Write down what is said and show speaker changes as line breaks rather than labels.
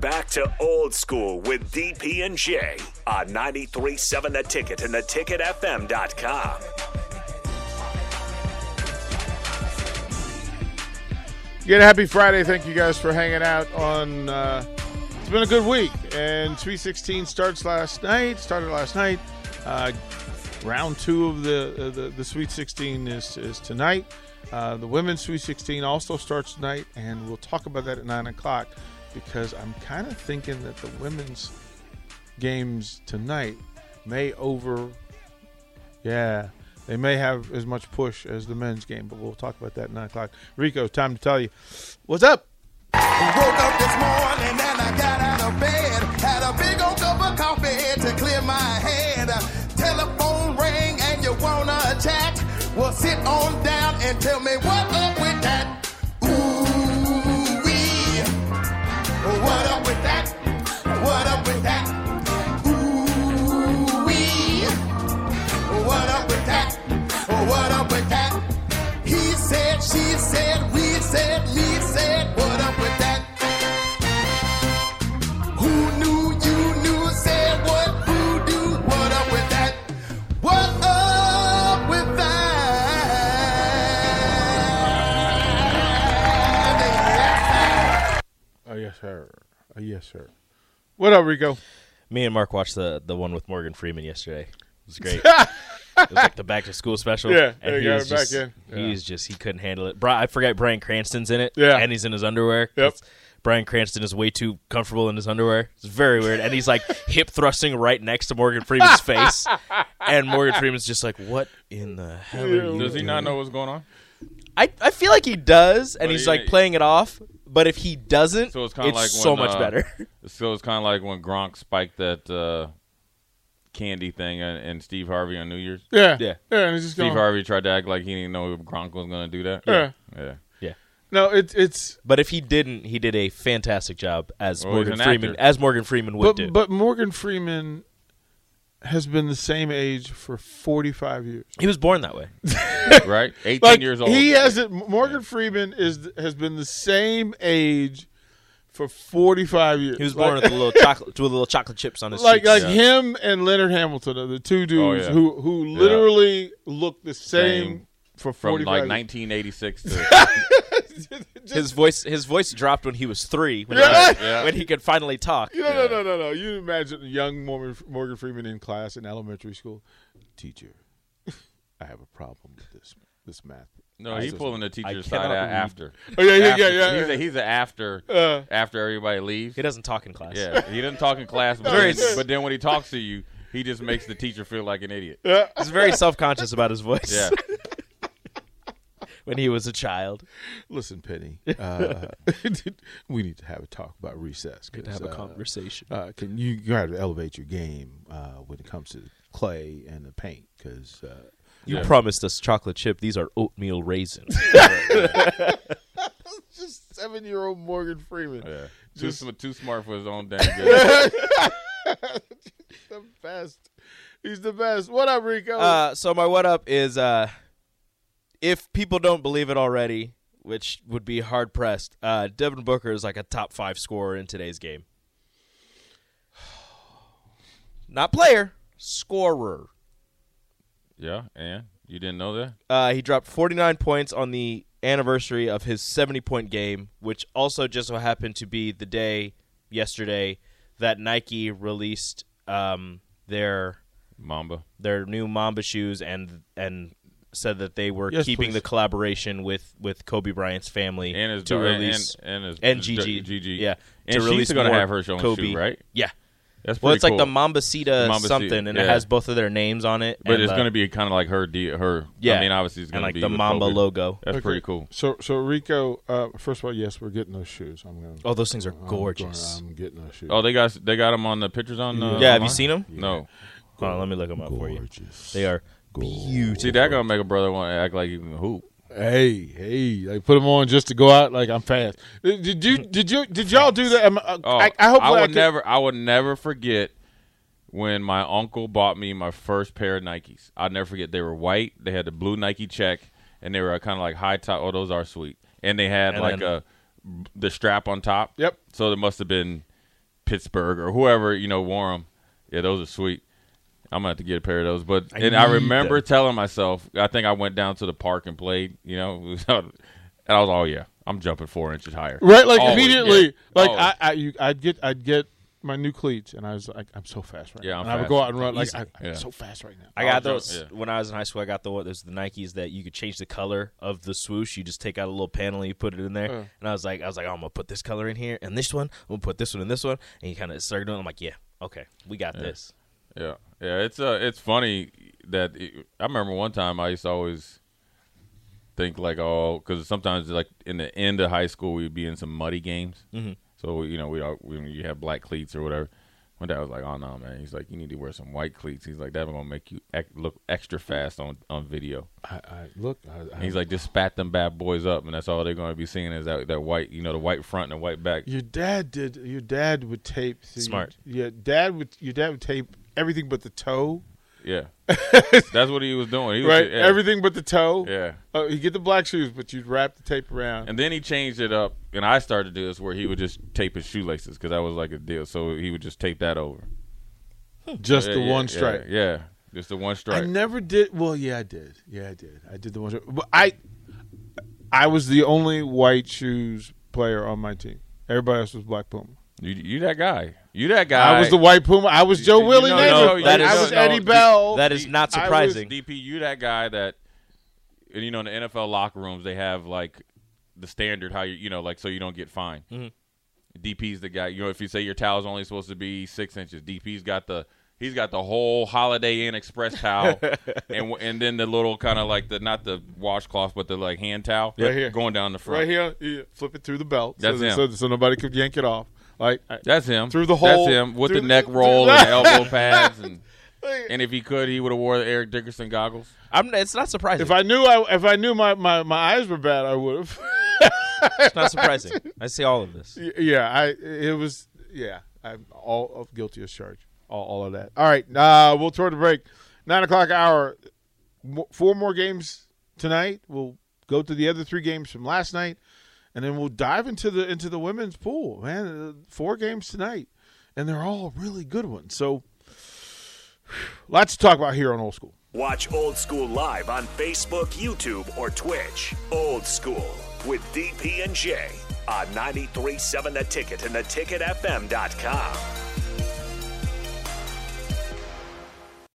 Back to old school with DP and J on 93.7 The Ticket and theticketfm.com.
Again, happy Friday. Thank you guys for hanging out on. Uh, it's been a good week, and Sweet 16 starts last night. Started last night. Uh, round two of the, uh, the the Sweet 16 is is tonight. Uh, the women's Sweet 16 also starts tonight, and we'll talk about that at nine o'clock because I'm kind of thinking that the women's games tonight may over. Yeah, they may have as much push as the men's game, but we'll talk about that at nine o'clock. Rico, time to tell you what's up.
Woke up this morning and I got out of bed. Had a big old cup of coffee to clear my head. Telephone rang and you wanna chat? Well, sit on down and tell me what up with that. Ooh wee. What up with that? What up with that? Ooh wee. Oh, What up with that? Oh, What up with that? He said, she said, we said, me said, what up with that? Who knew you knew said what who do? What up with that? What up with that?
Oh yes, sir. Oh yes, sir. What up, Rico?
Me and Mark watched the the one with Morgan Freeman yesterday. It was great. it was like the back to school special.
Yeah,
and
they
he
got
was
it back
just,
in. Yeah.
He was just he couldn't handle it. Bri- I forget Brian Cranston's in it.
Yeah.
and he's in his underwear.
Yep.
It's- Brian Cranston is way too comfortable in his underwear. It's very weird, and he's like hip thrusting right next to Morgan Freeman's face, and Morgan Freeman's just like, "What in the hell?" Are you
Does he
doing?"
not know what's going on?
I, I feel like he does, and
But
he's
he-
like playing it off. But if he doesn't,
So it's
it's,
kind of like
so
when,
much
uh,
better.
So it's kind of like when Gronk spiked that uh, candy thing and, and Steve Harvey on New Year's.
Yeah,
Yeah.
yeah. And he's just
Steve
going.
Harvey tried to act like he didn't know Gronk was going to do that.
Yeah.
yeah.
No, it's it's
But if he didn't, he did a fantastic job as
Well, Oh, he's
Morgan
an
Freeman
actor.
as Morgan Freeman would
but
do.
but Morgan Freeman has been the same age for 45 years.
he was born that way.
Right? 18
Like
years old.
he hasn't. Morgan Freeman is has been the same age for 45 years.
He was
Like-
born with a little chocolate with little chocolate chips on his
like
cheeks.
like
Yeah.
him and Leonard Hamilton are the two dudes
yeah.
who who literally look the same,
Same.
for
From
45
like
years.
1986 to.
his voice his voice dropped when he was three when,
Yeah.
he, could- when he could finally talk.
No, no, no, no, no. You imagine a young Morgan, Morgan Freeman in class in elementary school. Teacher, I have a problem with this this math.
No, he's pulling the teacher's
cannot
side out
read.
after.
Oh, yeah, yeah,
After.
yeah, yeah,
He's
yeah.
a, he's a after
Uh.
after everybody leaves.
He doesn't talk in class.
Yeah, he doesn't talk in class, but,
Very
then,
s-
but then when he talks to you, he just makes the teacher feel like an idiot.
He's very self conscious about his voice
Yeah,
when he was a child.
Listen, Penny, uh, we need to have a talk about recess.
To
'cause,
have a
uh,
conversation.
Uh, can you you have to elevate your game uh, when it comes to clay and the paint? Because uh,
you
yeah.
promised us chocolate chip. These are oatmeal raisins.
just seven year old Morgan Freeman,
yeah. Too,
Just-
sm- too smart for his own damn good.
the best. He's the best. What up, Rico?
uh, so my what up is uh, if people don't believe it already, which would be hard pressed. Uh, Devin Booker is like a top five scorer in today's game. Not player, scorer.
yeah, and you didn't know that?
Uh, he dropped 49 points on the anniversary of his 70 point game, which also just so happened to be the day yesterday that Nike released um, their
Mamba.
their new Mamba shoes and and said that they were
Yes,
keeping
please.
the collaboration with with Kobe Bryant's family
And his
to
da- and-
release
and his-
and
his
Gigi
da- Gigi.
yeah
And
to
she's
release
gonna
more
have her own shoe,
Kobe
right?
yeah
That's
well
pretty
it's like the
cool.
Mamba Sita
Mamba Sita,
something and it
yeah.
has both of their names on it
But
and
it's
the-
going to be kind of like her. De- her.
yeah
I mean, obviously, it's
and
going
like
to be
the
with
Mamba
Kobe.
logo
That's pretty cool.
So, so Rico, uh, first of all, yes, we're getting those shoes. I'm gonna.
oh those things are
I'm going-
gorgeous
I'm getting those shoes.
Oh, they got they got him on the pictures on. Uh,
yeah have you
online?
seen them
No.
Hold on, let me look them up for you
gorgeous.
they are
See, that gonna make a brother want to act like he can hoop.
Hey, hey! Like put them on just to go out. Like I'm fast. Did did you? Did you? Did y'all do that? Am I, uh,
Oh,
I, I hope
will
could-
never. I will never forget when my uncle bought me my first pair of Nikes. I'll never forget. They were white. They had the blue Nike check, and they were kind of like high top. Oh, those are sweet. And they had
And
like
then-
a the strap on top.
Yep.
So it must have been Pittsburgh or whoever you know wore them. Yeah, those are sweet. I'm gonna have to get a pair of those. But and I
need
remember
them.
telling myself, I think I went down to the park and played. You know, and I was, oh yeah, I'm jumping four inches higher.
Right, like
Always,
immediately,
yeah.
like
Always.
I, I, you, I'd get, I'd get my new cleats, and I was like, I'm so fast right
Yeah,
now.
I'm
and I would
fast.
go out and run like
Easy.
I, I'm
Yeah.
so fast right now.
I got
Oh,
those
yeah.
when I was in high school. I got the those the Nikes that you could change the color of the swoosh. You just take out a little panel and you put it in there. And I was like, I was like, oh, I'm gonna put this color in here and this one. I'm gonna put this one and this one. And you kind of started doing. it. I'm like, yeah, okay, we got this.
Yeah, yeah. It's uh, it's funny that it, I remember one time I used to always think like, oh, because sometimes like in the end of high school we'd be in some muddy games. Mm-hmm. So you know we all when you have black cleats or whatever. One day I was like, oh no, man. He's like, you need to wear some white cleats. He's like, that's gonna make you act, look extra fast on on video.
I, I look. I, I,
And he's like, just spat them bad boys up, and that's all they're gonna be seeing is that that white, you know, the white front and the white back.
your dad did. Your dad would tape. The,
Smart.
Yeah, dad would. Your dad would tape everything but the toe.
Yeah, that's what he was doing. He was,
Right,
yeah.
everything but the toe.
Yeah.
uh, you get the black shoes, but you'd wrap the tape around.
And then he changed it up, and I started to do this where he would just tape his shoelaces because that was like a deal. So he would just tape that over.
just
Yeah,
the
yeah,
one
yeah,
stripe.
Yeah, just the one
I
stripe.
never did. Well, yeah, I did. Yeah, I did. I did the one. But I, I was the only white shoes player on my team. Everybody else was black Puma.
you, you that guy. You that guy.
I was the white Puma. I was Joe
you
Willie
know-
Neighbor.
no,
that
I
is-
was
no,
Eddie
d-
Bell.
that is not
Oh, I was
surprising.
DP, you that guy that, and you know, in the NFL locker rooms they have like the standard how you you know like so you don't get fined.
Mm-hmm.
DP's the guy. You know, if you say your towel's only supposed to be six inches, DP's got the he's got the whole Holiday Inn Express towel, and w- and then the little kind of like the not the washcloth but the like hand towel
Right here.
going down the front.
right here. You flip it through the belt.
That's
so,
him.
So, so nobody could yank it off. Like I,
That's him
Through the hole-
That's him with
through
the
the-
neck roll
through-
and the elbow pads and.
Like,
And if he could, he would have wore the Eric Dickerson goggles.
I'm. It's not surprising.
if I knew I if I knew my, my, my eyes were bad, I would have.
it's not surprising. I see all of this.
Y- Yeah, I it was yeah. I'm all of guilty as charged. All, all of that. All right, uh, we'll toward the break. Nine o'clock hour. Mo- Four more games tonight. We'll go to the other three games from last night, and then we'll dive into the into the women's pool. Man, Uh, four games tonight, and they're all really good ones. So, lots to talk about here on Old School.
Watch Old School live on Facebook, YouTube, or Twitch. Old School with DP and J on 937 The Ticket and theticketfm.com.